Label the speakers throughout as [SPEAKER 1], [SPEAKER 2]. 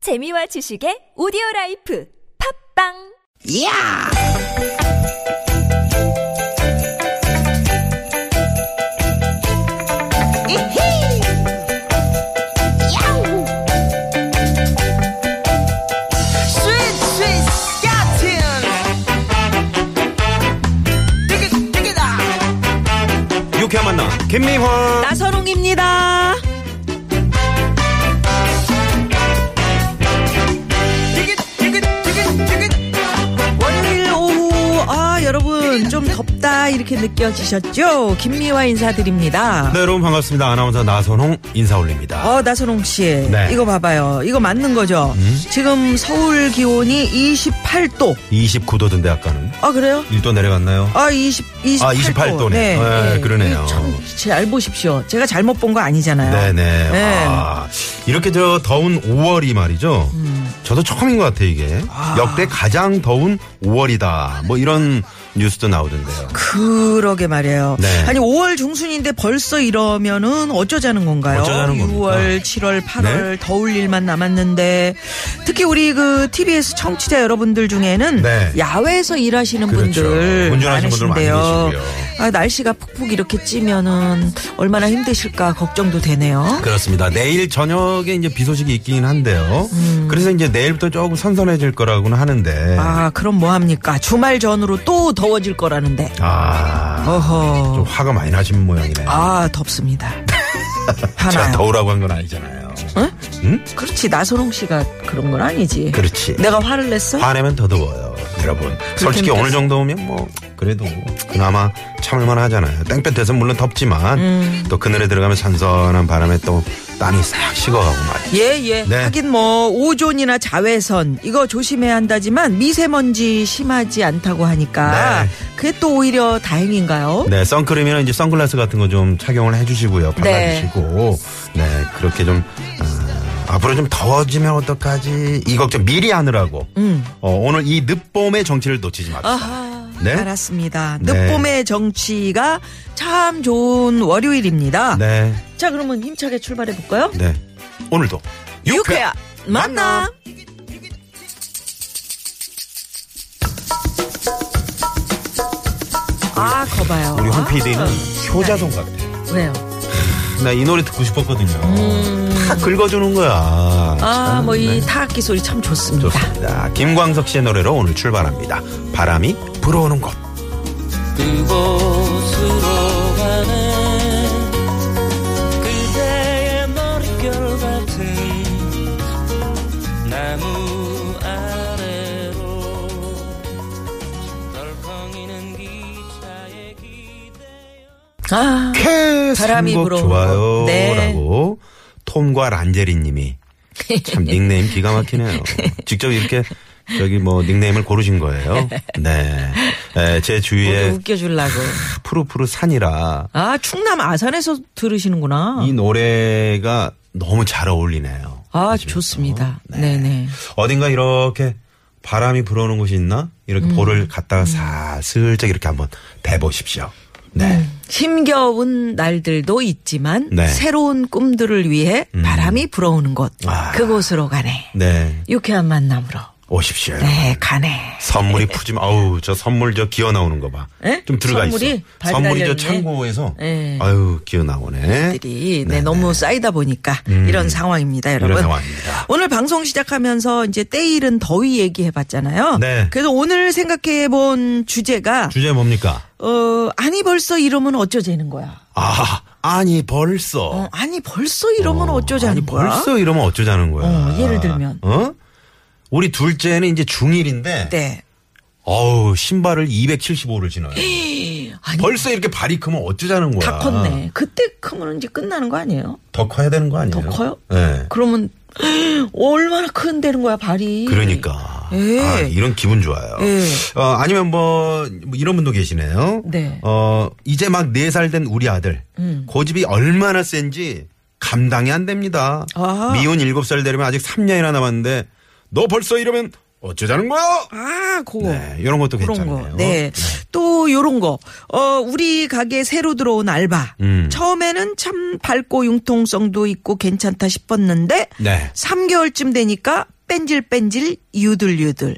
[SPEAKER 1] 재미와 지식의 오디오 라이프 팝빵
[SPEAKER 2] 이야! 이히! 야우! 스윗, 스윗, 스카틴! 띠기, 띠기다!
[SPEAKER 3] 유쾌한 만남 김미화
[SPEAKER 2] 나선홍입니다! 띠기, 띠기, 띠기, 띠기!
[SPEAKER 4] 월요일 오후 아 여러분 좀 덥다 이렇게 느껴지셨죠? 김미화 인사드립니다.
[SPEAKER 3] 네 여러분 반갑습니다 아나운서 나선홍 인사 올립니다
[SPEAKER 4] 어 나선홍 씨
[SPEAKER 3] 네. 음?
[SPEAKER 4] 이거 봐봐요 이거 맞는 거죠? 지금 서울 기온이 28도
[SPEAKER 3] 29도던데 아까는
[SPEAKER 4] 아 그래요?
[SPEAKER 3] 1도 내려갔나요?
[SPEAKER 4] 아 20, 28도.
[SPEAKER 3] 아, 28 도네. 네, 그러네요.
[SPEAKER 4] 참잘 보십시오. 제가 잘못 본 거 아니잖아요.
[SPEAKER 3] 네네
[SPEAKER 4] 네.
[SPEAKER 3] 아, 이렇게 저 더운 5월이 말이죠 저도 처음인 것 같아요 이게 역대 가장 더운 5월이다 뭐 이런 뉴스도 나오던데요
[SPEAKER 4] 그러게 말이에요.
[SPEAKER 3] 네.
[SPEAKER 4] 아니 5월 중순인데 벌써 이러면은 어쩌자는 건가요?
[SPEAKER 3] 어쩌자는 겁니까? 네.
[SPEAKER 4] 6월, 7월, 8월 더울 일만 남았는데 특히 우리 그 TBS 청취자 여러분들 중에는
[SPEAKER 3] 네.
[SPEAKER 4] 야외에서 일하시는
[SPEAKER 3] 그렇죠.
[SPEAKER 4] 분들
[SPEAKER 3] 운전하시는 분들 많이
[SPEAKER 4] 많으신데요.
[SPEAKER 3] 계시고요.
[SPEAKER 4] 아, 날씨가 푹푹 이렇게 찌면은 얼마나 힘드실까 걱정도 되네요.
[SPEAKER 3] 그렇습니다. 내일 저녁에 이제 비 소식이 있긴 한데요. 그래서 이제 내일부터 조금 선선해질 거라고는 하는데.
[SPEAKER 4] 음. 아 그럼 뭐 합니까? 주말 전으로 또 더워질 거라는데.
[SPEAKER 3] 아,
[SPEAKER 4] 어허.
[SPEAKER 3] 좀 화가 많이 나신 모양이네요.
[SPEAKER 4] 아 덥습니다.
[SPEAKER 3] 제가
[SPEAKER 4] 하나요.
[SPEAKER 3] 더우라고 한 건 아니잖아요.
[SPEAKER 4] 응?
[SPEAKER 3] 응?
[SPEAKER 4] 그렇지 나선홍 씨가 그런 건 아니지.
[SPEAKER 3] 그렇지.
[SPEAKER 4] 내가 화를 냈어?
[SPEAKER 3] 화내면 더 더워요, 여러분. 솔직히
[SPEAKER 4] 힘들어.
[SPEAKER 3] 어느 정도면 뭐 그래도 그나마 참을만 하잖아요. 땡볕에서 물론 덥지만
[SPEAKER 4] 음.
[SPEAKER 3] 또 그늘에 들어가면 선선한 바람에 또 땀이 싹 식어가고 말이죠.
[SPEAKER 4] 예, 예.
[SPEAKER 3] 네.
[SPEAKER 4] 하긴 뭐, 오존이나 자외선, 이거 조심해야 한다지만 미세먼지 심하지 않다고 하니까
[SPEAKER 3] 네.
[SPEAKER 4] 그게 또 오히려 다행인가요?
[SPEAKER 3] 네, 선크림이나 이제 선글라스 같은 거 좀 착용을 해주시고요, 발라주시고, 네, 그렇게 좀 아, 앞으로 좀 더워지면 어떡하지 이 걱정 미리 하느라고
[SPEAKER 4] 음.
[SPEAKER 3] 어, 오늘 이 늦봄의 정치를 놓치지 맙시다.
[SPEAKER 4] 아하,
[SPEAKER 3] 네?
[SPEAKER 4] 알았습니다.
[SPEAKER 3] 네.
[SPEAKER 4] 늦봄의 정치가 참 좋은 월요일입니다.
[SPEAKER 3] 네,
[SPEAKER 4] 자, 그러면 힘차게 출발해 볼까요?
[SPEAKER 3] 네, 오늘도
[SPEAKER 4] 유쾌야 만나. 아, 거봐요.
[SPEAKER 3] 우리 홍
[SPEAKER 4] 아,
[SPEAKER 3] PD는 효자손 같아.
[SPEAKER 4] 왜요?
[SPEAKER 3] 나 이 노래 듣고 싶었거든요. 다 긁어주는 거야.
[SPEAKER 4] 아,
[SPEAKER 3] 참,
[SPEAKER 4] 뭐 이
[SPEAKER 3] 네.
[SPEAKER 4] 타악기 소리 참 좋습니다.
[SPEAKER 3] 좋습니다. 김광석 씨의 노래로 오늘 출발합니다. 바람이 불어오는 곳.
[SPEAKER 5] 그곳으로 가는 그대의 머릿결 같은 나무 아래로 덜컹이는 기차에 기대어
[SPEAKER 4] 아, 바람이
[SPEAKER 3] 선곡
[SPEAKER 4] 불어오는
[SPEAKER 3] 좋아요.
[SPEAKER 4] 곳. 네.
[SPEAKER 3] 라고 톰과 란제리 님이 참 닉네임 기가 막히네요. 직접 이렇게 저기 뭐 닉네임을 고르신 거예요. 네. 네, 제
[SPEAKER 4] 오늘
[SPEAKER 3] 주위에
[SPEAKER 4] 웃겨주려고.
[SPEAKER 3] 푸르푸르 산이라
[SPEAKER 4] 아, 충남 아산에서 들으시는구나.
[SPEAKER 3] 이 노래가 너무 잘 어울리네요.
[SPEAKER 4] 아,
[SPEAKER 3] 아시면서. 어,
[SPEAKER 4] 좋습니다. 네. 네
[SPEAKER 3] 어딘가 이렇게 바람이 불어오는 곳이 있나? 이렇게
[SPEAKER 4] 음.
[SPEAKER 3] 볼을 갖다가 사 슬쩍 이렇게 한번 대보십시오. 네.
[SPEAKER 4] 음. 힘겨운 날들도 있지만
[SPEAKER 3] 네. 음.
[SPEAKER 4] 새로운 꿈들을 위해 바람이 불어오는 곳
[SPEAKER 3] 아.
[SPEAKER 4] 그곳으로 가네.
[SPEAKER 3] 네.
[SPEAKER 4] 유쾌한 만남으로.
[SPEAKER 3] 오십시오. 여러분.
[SPEAKER 4] 네, 가네.
[SPEAKER 3] 선물이 푸짐, 아우, 저 선물 저 기어 나오는 거 봐.
[SPEAKER 4] 에?
[SPEAKER 3] 좀 들어가
[SPEAKER 4] 선물이
[SPEAKER 3] 있어.
[SPEAKER 4] 발
[SPEAKER 3] 선물이 저
[SPEAKER 4] 달렸네.
[SPEAKER 3] 창고에서,
[SPEAKER 4] 네.
[SPEAKER 3] 아유, 기어 나오네. 음,
[SPEAKER 4] 들이 네, 너무 쌓이다 보니까 이런 상황입니다, 여러분.
[SPEAKER 3] 상황입니다.
[SPEAKER 4] 오늘 방송 시작하면서 이제 때일은 더위 얘기해봤잖아요.
[SPEAKER 3] 네.
[SPEAKER 4] 그래서 오늘 생각해본 주제가
[SPEAKER 3] 주제 뭡니까?
[SPEAKER 4] 어 아니 벌써 이러면 어쩌자는 거야.
[SPEAKER 3] 아, 아니, 벌써.
[SPEAKER 4] 어, 아니 벌써 이러면 어, 쩌자는
[SPEAKER 3] 아니,
[SPEAKER 4] 거야.
[SPEAKER 3] 벌써 이러면 어쩌자는 거야.
[SPEAKER 4] 어, 예를 들면.
[SPEAKER 3] 어? 우리 둘째는 이제 중1인데,
[SPEAKER 4] 네.
[SPEAKER 3] 어우, 신발을 275를 신어요.
[SPEAKER 4] 아니
[SPEAKER 3] 벌써 이렇게 발이 크면 어쩌자는 거야.
[SPEAKER 4] 다 컸네. 그때 크면 이제 끝나는 거 아니에요?
[SPEAKER 3] 더 커야 되는 거 아니에요?
[SPEAKER 4] 더 커요?
[SPEAKER 3] 네.
[SPEAKER 4] 그러면 얼마나 큰 되는 거야 발이.
[SPEAKER 3] 그러니까.
[SPEAKER 4] 예.
[SPEAKER 3] 아, 이런 기분 좋아요.
[SPEAKER 4] 예.
[SPEAKER 3] 어, 아니면 뭐, 뭐 이런 분도 계시네요.
[SPEAKER 4] 네. 음.
[SPEAKER 3] 어, 이제 막 네 살 된 우리 아들. 그 고집이 얼마나 센지 감당이 안 됩니다.
[SPEAKER 4] 아.
[SPEAKER 3] 미혼 일곱 살 되려면 아직 3년이나 남았는데 너 벌써 이러면 어쩌자는 거야?
[SPEAKER 4] 아, 그거.
[SPEAKER 3] 네, 이런 것도
[SPEAKER 4] 그런
[SPEAKER 3] 괜찮네요.
[SPEAKER 4] 거. 네. 또 요런 거. 어, 우리 가게 새로 들어온 알바.
[SPEAKER 3] 음.
[SPEAKER 4] 처음에는 참 밝고 융통성도 있고 괜찮다 싶었는데
[SPEAKER 3] 네.
[SPEAKER 4] 3개월쯤 되니까 뺀질뺀질 유들유들.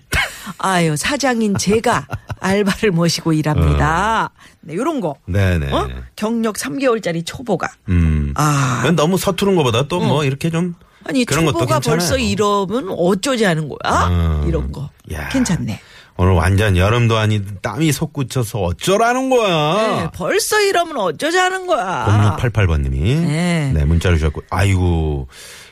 [SPEAKER 4] 아유 사장인 제가 알바를 모시고 일합니다. 네, 요런 거.
[SPEAKER 3] 어. 네네.
[SPEAKER 4] 어? 경력 3개월짜리 초보가.
[SPEAKER 3] 음.
[SPEAKER 4] 아.
[SPEAKER 3] 그건 너무 서투른 것보다 또 뭐 이렇게 좀
[SPEAKER 4] 어. 아니
[SPEAKER 3] 그런 것도
[SPEAKER 4] 초보가
[SPEAKER 3] 괜찮아요.
[SPEAKER 4] 벌써 이러면 어쩌자는 거야?
[SPEAKER 3] 음.
[SPEAKER 4] 이런 거.
[SPEAKER 3] 야.
[SPEAKER 4] 괜찮네.
[SPEAKER 3] 오늘 완전 여름도 아니 땀이 솟구쳐서 어쩌라는
[SPEAKER 4] 네,
[SPEAKER 3] 거야.
[SPEAKER 4] 벌써 이러면 어쩌자는 거야.
[SPEAKER 3] 0688번님이
[SPEAKER 4] 네.
[SPEAKER 3] 네. 문자를 주셨고 아이고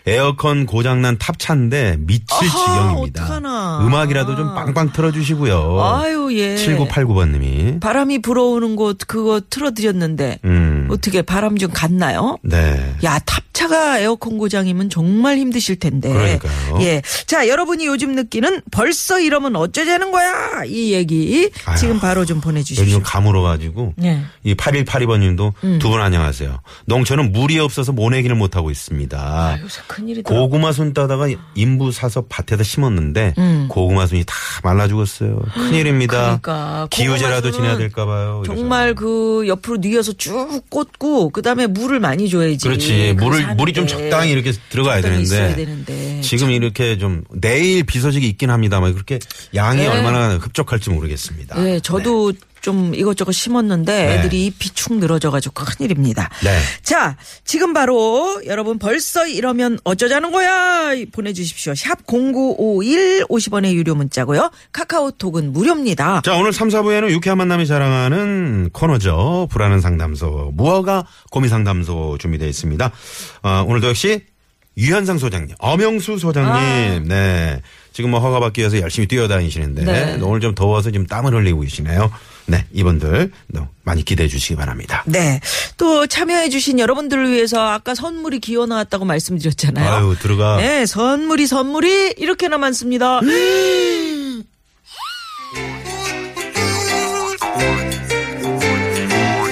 [SPEAKER 3] 에어컨 고장난 탑차인데 미칠
[SPEAKER 4] 아하,
[SPEAKER 3] 지경입니다.
[SPEAKER 4] 어떡하나.
[SPEAKER 3] 음악이라도 좀 빵빵 틀어주시고요.
[SPEAKER 4] 아유 예.
[SPEAKER 3] 7989번님이
[SPEAKER 4] 바람이 불어오는 곳 그거 틀어드렸는데
[SPEAKER 3] 음.
[SPEAKER 4] 어떻게 바람 좀 갔나요?
[SPEAKER 3] 네.
[SPEAKER 4] 야 탑차가 에어컨 고장이면 정말 힘드실 텐데.
[SPEAKER 3] 그러니까요.
[SPEAKER 4] 예, 자 여러분이 요즘 느끼는 벌써 이러면 어쩌자는 거야 이 얘기
[SPEAKER 3] 아유,
[SPEAKER 4] 지금 바로 좀 보내주십시오. 음.
[SPEAKER 3] 요즘 감으로 가지고
[SPEAKER 4] 예.
[SPEAKER 3] 이 8182번님도 두 분 안녕하세요. 농촌은 물이 없어서 모내기를 못하고 있습니다.
[SPEAKER 4] 요새 큰일이다.
[SPEAKER 3] 고구마 순 따다가 인부 사서 밭에다 심었는데 고구마 순이 다 말라 죽었어요. 큰일입니다.
[SPEAKER 4] 음. 그러니까
[SPEAKER 3] 기우제라도
[SPEAKER 4] 고구마 순은
[SPEAKER 3] 지내야 될까 봐요. 이래서.
[SPEAKER 4] 정말 그 옆으로 뉘어서 쭉 꽂고 그다음에 물을 많이 줘야지.
[SPEAKER 3] 그렇지.
[SPEAKER 4] 그래서
[SPEAKER 3] 물을
[SPEAKER 4] 하는데
[SPEAKER 3] 물이 좀 적당히 이렇게 들어가야
[SPEAKER 4] 적당히 있어야
[SPEAKER 3] 되는데,
[SPEAKER 4] 되는데.
[SPEAKER 3] 지금 이렇게 좀 내일 비 소식이 있긴 합니다만 그렇게 양이
[SPEAKER 4] 네.
[SPEAKER 3] 얼마나 흡족할지 모르겠습니다.
[SPEAKER 4] 예, 저도 좀 이것저것 심었는데
[SPEAKER 3] 네.
[SPEAKER 4] 애들이 잎이 축 늘어져가지고 큰일입니다.
[SPEAKER 3] 네.
[SPEAKER 4] 자, 지금 바로 여러분 벌써 이러면 어쩌자는 거야 보내주십시오. 샵 0951 50원의 유료 문자고요. 카카오톡은 무료입니다.
[SPEAKER 3] 자, 오늘 3, 4부에는 유쾌한 만남이 자랑하는 코너죠. 불안한 상담소, 무허가 고민 상담소 준비되어 있습니다. 어, 오늘도 역시 유현상 소장님, 엄영수 소장님, 네. 지금 뭐 허가 받기 위해서 열심히 뛰어다니시는데
[SPEAKER 4] 네.
[SPEAKER 3] 오늘 좀 더워서 지금 땀을 흘리고 계시네요. 네, 이분들 너무 많이 기대해 주시기 바랍니다.
[SPEAKER 4] 네. 또 참여해주신 여러분들을 위해서 아까 선물이 기어 나왔다고 말씀드렸잖아요.
[SPEAKER 3] 아유, 들어가.
[SPEAKER 4] 네, 선물이 선물이 이렇게나 많습니다.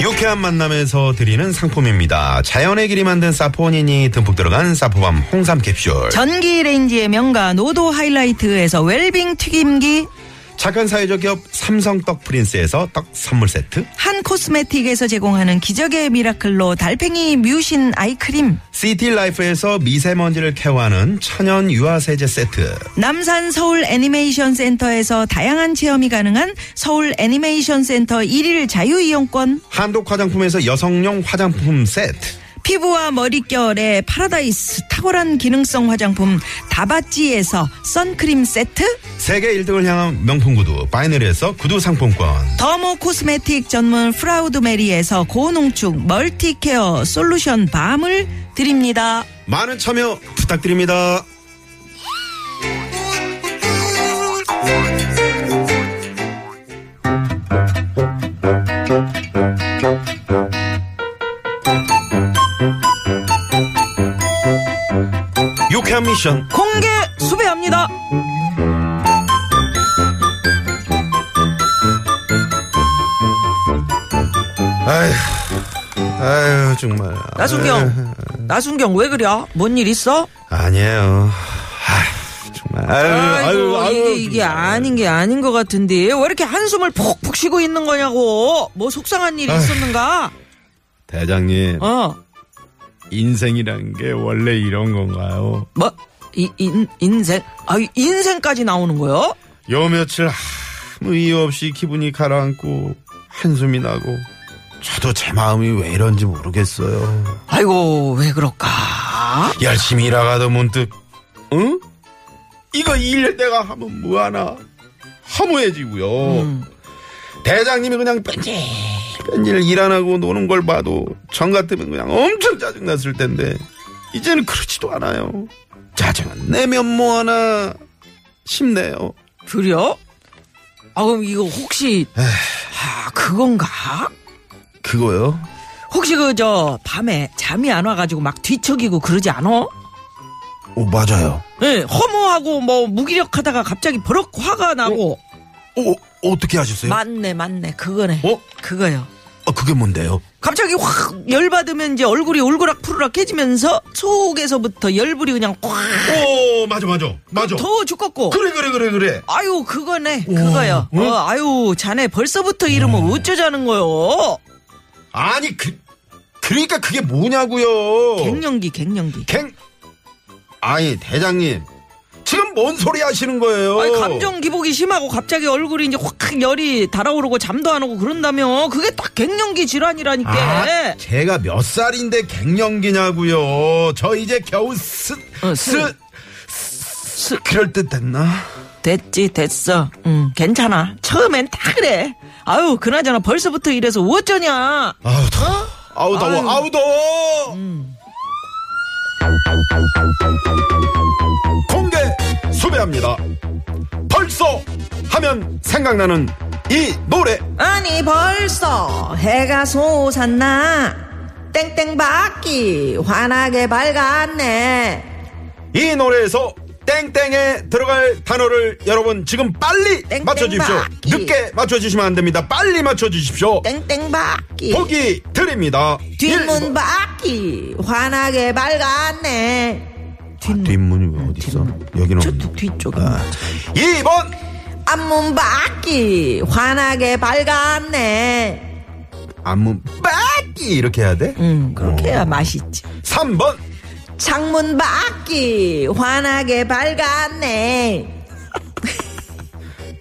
[SPEAKER 3] 유쾌한 만남에서 드리는 상품입니다. 자연의 길이 만든 사포닌이 듬뿍 들어간 사포밤 홍삼 캡슐.
[SPEAKER 4] 전기 레인지의 명가 노도 하이라이트에서 웰빙 튀김기
[SPEAKER 3] 착한 사회적 기업 삼성 떡 프린스에서 떡 선물 세트.
[SPEAKER 4] 한 코스메틱에서 제공하는 기적의 미라클로 달팽이 뮤신 아이크림,
[SPEAKER 3] 시티 라이프에서 미세먼지를 케어하는 천연 유화 세제 세트.
[SPEAKER 4] 남산 서울 애니메이션 센터에서 다양한 체험이 가능한 서울 애니메이션 센터 1일 자유이용권,
[SPEAKER 3] 한독 화장품에서 여성용 화장품 세트.
[SPEAKER 4] 피부와 머릿결의 파라다이스 탁월한 기능성 화장품 다바찌에서 선크림 세트,
[SPEAKER 3] 세계 1등을 향한 명품 구두 바이너리에서 구두 상품권.
[SPEAKER 4] 더모 코스메틱 전문 프라우드 메리에서 고농축 멀티케어 솔루션 밤을 드립니다.
[SPEAKER 3] 많은 참여 부탁드립니다. 유쾌한 미션
[SPEAKER 4] 공개 수배합니다.
[SPEAKER 3] 아휴, 아휴 정말.
[SPEAKER 4] 나순경, 나순경 왜 그래? 뭔 일 있어?
[SPEAKER 3] 아니에요. 아휴, 정말. 아유, 아유,
[SPEAKER 4] 아이고,
[SPEAKER 3] 아유,
[SPEAKER 4] 이게 이게
[SPEAKER 3] 정말.
[SPEAKER 4] 아닌 게 아닌 것 같은데 왜 이렇게 한숨을 푹푹 쉬고 있는 거냐고? 뭐 속상한 일이 있었는가?
[SPEAKER 3] 대장님,
[SPEAKER 4] 어,
[SPEAKER 3] 인생이란 게 원래 이런 건가요?
[SPEAKER 4] 뭐? 이, 인, 인생? 아, 인생까지 나오는 거요?
[SPEAKER 3] 요 며칠 아무 이유 없이 기분이 가라앉고 한숨이 나고 저도 제 마음이 왜 이런지 모르겠어요.
[SPEAKER 4] 아이고, 왜 그럴까?
[SPEAKER 3] 열심히 일하가도 문득 응? 이거 일 내가 하면 뭐하나 허무해지고요. 대장님이 그냥 뺀질 뺀질 일 안 하고 노는 걸 봐도 전 같으면 그냥 엄청 짜증났을 텐데 이제는 그렇지도 않아요. 짜증은 내면 뭐하나 싶네요.
[SPEAKER 4] 그래요? 아, 그럼 이거 혹시, 아, 그건가?
[SPEAKER 3] 그거요?
[SPEAKER 4] 혹시 그, 저, 밤에 잠이 안 와가지고 막 뒤척이고 그러지 않아?
[SPEAKER 3] 오 어, 맞아요.
[SPEAKER 4] 예, 허무하고 뭐 무기력하다가 갑자기 버럭 화가 나고.
[SPEAKER 3] 오 어떻게 하셨어요?
[SPEAKER 4] 어? 맞네, 맞네. 그거네.
[SPEAKER 3] 어?
[SPEAKER 4] 그거요.
[SPEAKER 3] 아, 그게 뭔데요?
[SPEAKER 4] 갑자기 확 열받으면 이제 얼굴이 올그락 푸르락 해지면서 속에서부터 열불이 그냥 확
[SPEAKER 3] 오 맞아 맞아 맞아.
[SPEAKER 4] 더워 죽겠고.
[SPEAKER 3] 그래 그래 그래 그래.
[SPEAKER 4] 아유, 그거네. 그거요.
[SPEAKER 3] 어?
[SPEAKER 4] 어, 아유, 자네 벌써부터 이러면 어쩌자는 거요.
[SPEAKER 3] 아니 그 그러니까 그게 뭐냐고요.
[SPEAKER 4] 갱년기, 갱년기.
[SPEAKER 3] 갱 아니 대장님 지금 뭔 소리 하시는 거예요?
[SPEAKER 4] 아니, 감정 기복이 심하고 갑자기 얼굴이 이제 확 열이 달아오르고 잠도 안 오고 그런다며. 그게 딱 갱년기 질환이라니까.
[SPEAKER 3] 아, 제가 몇 살인데 갱년기냐고요. 저 이제 겨우 스,
[SPEAKER 4] 어,
[SPEAKER 3] 스, 스, 그럴 듯 됐나?
[SPEAKER 4] 됐지, 됐어. 응, 괜찮아. 처음엔 다 그래. 아유, 그나저나 벌써부터 이래서 어쩌냐.
[SPEAKER 3] 아우 더워. 아우 더워.
[SPEAKER 4] 아유. 음.
[SPEAKER 3] 아우 더워. 공개 수배합니다. 벌써 하면 생각나는 이 노래.
[SPEAKER 4] 아니 벌써 해가 솟았나 땡땡바퀴 환하게 밝았네
[SPEAKER 3] 이 노래에서 땡땡에 들어갈 단어를 여러분 지금 빨리
[SPEAKER 4] 땡땡
[SPEAKER 3] 맞춰주십시오.
[SPEAKER 4] 바퀴.
[SPEAKER 3] 늦게 맞춰주시면 안 됩니다. 빨리 맞춰주십시오.
[SPEAKER 4] 땡땡바퀴
[SPEAKER 3] 보기 드립니다. 아, 일 번.
[SPEAKER 4] 뒷문바퀴 환하게 밝았네 뒷문
[SPEAKER 3] 뒷문이 왜 어디 있어? 여기는
[SPEAKER 4] 저쪽 뒤쪽에
[SPEAKER 3] 아. 2번
[SPEAKER 4] 앞문바퀴 환하게 밝았네
[SPEAKER 3] 안문 빠끼 이렇게 해야 돼?
[SPEAKER 4] 음 그렇게 해야 맛있지
[SPEAKER 3] 3번
[SPEAKER 4] 창문바퀴 환하게 밝았네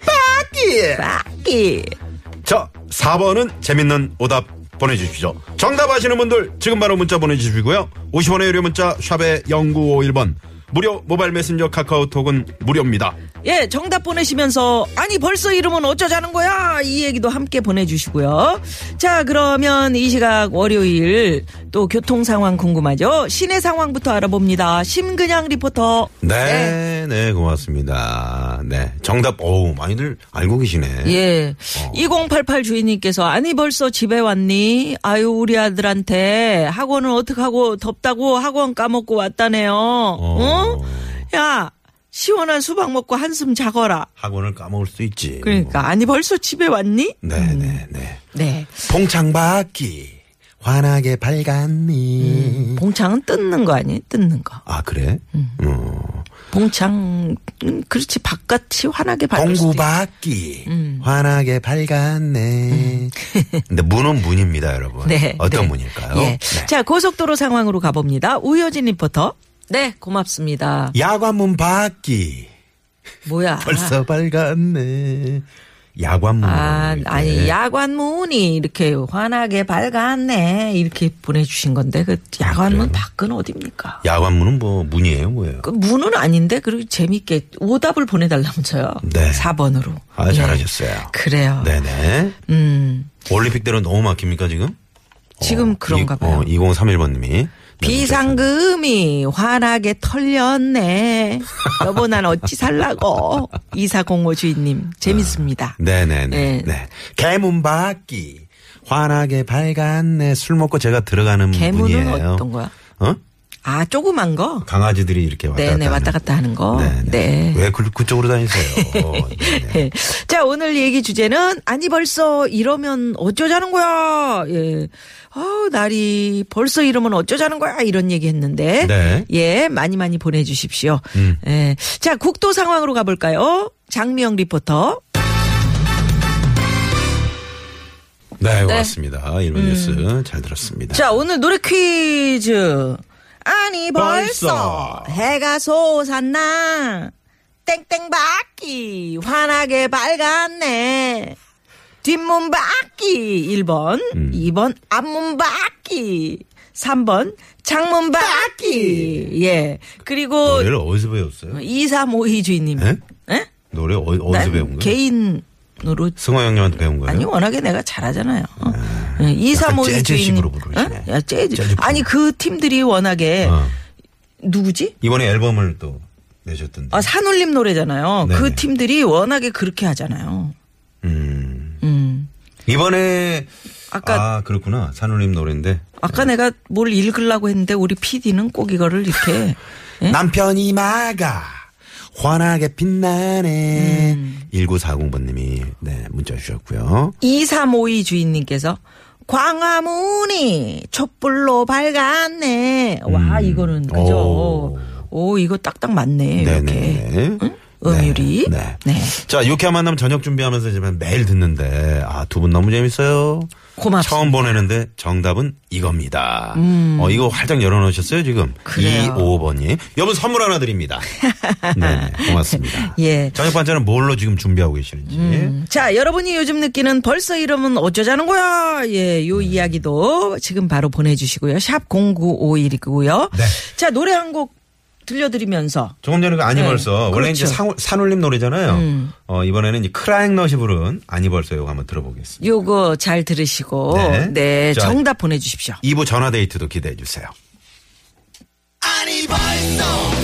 [SPEAKER 3] 빠끼
[SPEAKER 4] 바퀴
[SPEAKER 3] 자 4번은 재밌는 오답 보내주십시오 정답 아시는 분들 지금 바로 문자 보내주시고요 50원의 유료 문자 샵에 0951번 무료 모바일 메신저 카카오톡은 무료입니다
[SPEAKER 4] 예, 정답 보내시면서 아니 벌써 이름은 어쩌자는 거야 이 얘기도 함께 보내주시고요. 자, 그러면 이 시각 월요일 또 교통 상황 궁금하죠? 시내 상황부터 알아봅니다. 심근양 리포터.
[SPEAKER 3] 네네 고맙습니다 네 정답 어우 많이들 알고 계시네
[SPEAKER 4] 예. 2088 주인님께서 아니 벌써 집에 왔니? 아유 우리 아들한테 학원을 어떡하고 덥다고 학원 까먹고 왔다네요. 어? 야, 시원한 수박 먹고 한숨 자거라.
[SPEAKER 3] 학원을 까먹을 수 있지
[SPEAKER 4] 그러니까 음. 아니 벌써 집에 왔니?
[SPEAKER 3] 네네네
[SPEAKER 4] 네.
[SPEAKER 3] 봉창받기 환하게 밝았니
[SPEAKER 4] 음. 봉창은 뜯는 거 아니에요? 뜯는 거.
[SPEAKER 3] 아 그래?
[SPEAKER 4] 음.
[SPEAKER 3] 어.
[SPEAKER 4] 봉창, 음, 그렇지. 바깥이 환하게 밝을 수도 음. 있-
[SPEAKER 3] 공구받기 환하게 밝았네. 근데 문은 문입니다, 여러분.
[SPEAKER 4] 음. 네.
[SPEAKER 3] 어떤
[SPEAKER 4] 네.
[SPEAKER 3] 문일까요?
[SPEAKER 4] 예.
[SPEAKER 3] 네.
[SPEAKER 4] 자, 고속도로 상황으로 가봅니다. 우효진 리포터. 네, 고맙습니다.
[SPEAKER 3] 야관문 받기
[SPEAKER 4] 뭐야.
[SPEAKER 3] 벌써 밝았네. 야관문.
[SPEAKER 4] 아,
[SPEAKER 3] 네.
[SPEAKER 4] 아니, 야관문이 이렇게 환하게 밝았네. 이렇게 보내주신 건데, 그
[SPEAKER 3] 네.
[SPEAKER 4] 야관문 밖은 어딥니까?
[SPEAKER 3] 야관문은 뭐 문이에요, 뭐예요?
[SPEAKER 4] 그 문은 아닌데, 그리고 재밌게 오답을 보내달라면서요.
[SPEAKER 3] 네.
[SPEAKER 4] 4번으로. 예.
[SPEAKER 3] 아, 잘하셨어요.
[SPEAKER 4] 그래요.
[SPEAKER 3] 네네.
[SPEAKER 4] 음.
[SPEAKER 3] 올림픽대로 너무 막힙니까 지금? 어,
[SPEAKER 4] 지금 그런가 봐요.
[SPEAKER 3] 2031번님이
[SPEAKER 4] 비상금이 환하게 털렸네. 여보 난 어찌 살라고. 2405 주인님 재밌습니다.
[SPEAKER 3] 아, 네네네.
[SPEAKER 4] 네.
[SPEAKER 3] 네. 개문 밖이 환하게 밝았네. 술 먹고 제가 들어가는
[SPEAKER 4] 개문은
[SPEAKER 3] 문이에요.
[SPEAKER 4] 어떤 거야?
[SPEAKER 3] 어?
[SPEAKER 4] 아 조그만 거?
[SPEAKER 3] 강아지들이 이렇게 왔다
[SPEAKER 4] 네네
[SPEAKER 3] 갔다
[SPEAKER 4] 왔다
[SPEAKER 3] 하는.
[SPEAKER 4] 갔다 하는
[SPEAKER 3] 네네.
[SPEAKER 4] 거. 네.
[SPEAKER 3] 왜 그, 그쪽으로 다니세요? 네네.
[SPEAKER 4] 예. 자, 오늘 얘기 주제는 아니 벌써 이러면 어쩌자는 거야. 예. 아우, 날이 벌써 이러면 어쩌자는 거야. 이런 얘기 했는데.
[SPEAKER 3] 네. 음.
[SPEAKER 4] 예, 많이 많이 보내 주십시오. 예. 자, 국도 상황으로 가 볼까요? 장미영 리포터.
[SPEAKER 3] 네, 고맙습니다. 일본 뉴스 잘 들었습니다.
[SPEAKER 4] 음. 자, 오늘 노래 퀴즈. 아니
[SPEAKER 3] 벌써.
[SPEAKER 4] 벌써, 해가 솟았나 땡땡바퀴 환하게 밝았네 뒷문바퀴 1번
[SPEAKER 3] 음.
[SPEAKER 4] 2번 앞문바퀴 3번
[SPEAKER 3] 네.
[SPEAKER 4] 창문바퀴 예 그리고
[SPEAKER 3] 노래를 어디서 배웠어요?
[SPEAKER 4] 2352 주인님
[SPEAKER 3] 에?
[SPEAKER 4] 예?
[SPEAKER 3] 노래 네? 어,
[SPEAKER 4] 난
[SPEAKER 3] 어디서 배운 거예요?
[SPEAKER 4] 개인으로
[SPEAKER 3] 승호 형님한테 배운 거예요? 어.
[SPEAKER 4] 아니 워낙에 내가 잘하잖아요. 어. 예, 2352
[SPEAKER 3] 네? 재즈식으로
[SPEAKER 4] 주인님.
[SPEAKER 3] 부르시네.
[SPEAKER 4] 예? 야, 재즈.
[SPEAKER 3] 재즈
[SPEAKER 4] 아니 그 팀들이 워낙에
[SPEAKER 3] 어.
[SPEAKER 4] 누구지?
[SPEAKER 3] 이번에 앨범을 또 내셨던데.
[SPEAKER 4] 아, 산울림 노래잖아요.
[SPEAKER 3] 네네.
[SPEAKER 4] 그 팀들이 워낙에 그렇게 하잖아요.
[SPEAKER 3] 음.
[SPEAKER 4] 음.
[SPEAKER 3] 이번에
[SPEAKER 4] 아까-
[SPEAKER 3] 아 그렇구나 산울림 노래인데
[SPEAKER 4] 아까 내가 뭘 읽으려고 했는데 우리 PD는 꼭 이거를 이렇게 네?
[SPEAKER 3] 남편이 막아 환하게 빛나네
[SPEAKER 4] 음.
[SPEAKER 3] 1940번님이 네 문자 주셨고요
[SPEAKER 4] 2352 주인님께서 광화문이 촛불로 음. 밝았네. 와 이거는 그죠?
[SPEAKER 3] 오.
[SPEAKER 4] 오, 이거 딱딱 맞네. 이렇게.
[SPEAKER 3] 네네
[SPEAKER 4] 음유리.
[SPEAKER 3] 네.
[SPEAKER 4] 네.
[SPEAKER 3] 자, 유쾌한 만남 저녁 준비하면서 이제 매일 듣는데, 아, 두 분 너무 재밌어요.
[SPEAKER 4] 고맙습니다. 음.
[SPEAKER 3] 처음 보내는데 정답은 이겁니다. 어, 이거 활짝 열어놓으셨어요, 지금?
[SPEAKER 4] 그래요.
[SPEAKER 3] 255번님. 여분 선물 하나 드립니다. 네, 고맙습니다.
[SPEAKER 4] 예. 음.
[SPEAKER 3] 저녁 반찬은 뭘로 지금 준비하고 계시는지.
[SPEAKER 4] 자, 여러분이 요즘 느끼는 벌써 이러면 어쩌자는 거야. 예,
[SPEAKER 3] 네.
[SPEAKER 4] 요 이야기도 지금 바로 보내주시고요. 샵 0951이고요.
[SPEAKER 3] 네.
[SPEAKER 4] 자, 노래 한 곡 들려드리면서.
[SPEAKER 3] 조금 전에 그 아니
[SPEAKER 4] 네,
[SPEAKER 3] 벌써 원래 이제
[SPEAKER 4] 그렇죠. 음.
[SPEAKER 3] 상- 산울림 노래잖아요. 어, 이번에는 이제 크라잉넛이 부른 아니 벌써 요거 한번 들어보겠습니다.
[SPEAKER 4] 요거 잘 들으시고.
[SPEAKER 3] 네.
[SPEAKER 4] 네.
[SPEAKER 3] 자.
[SPEAKER 4] 정답 보내주십시오.
[SPEAKER 3] 2부 전화 데이트도 기대해 주세요.
[SPEAKER 2] 아니 벌써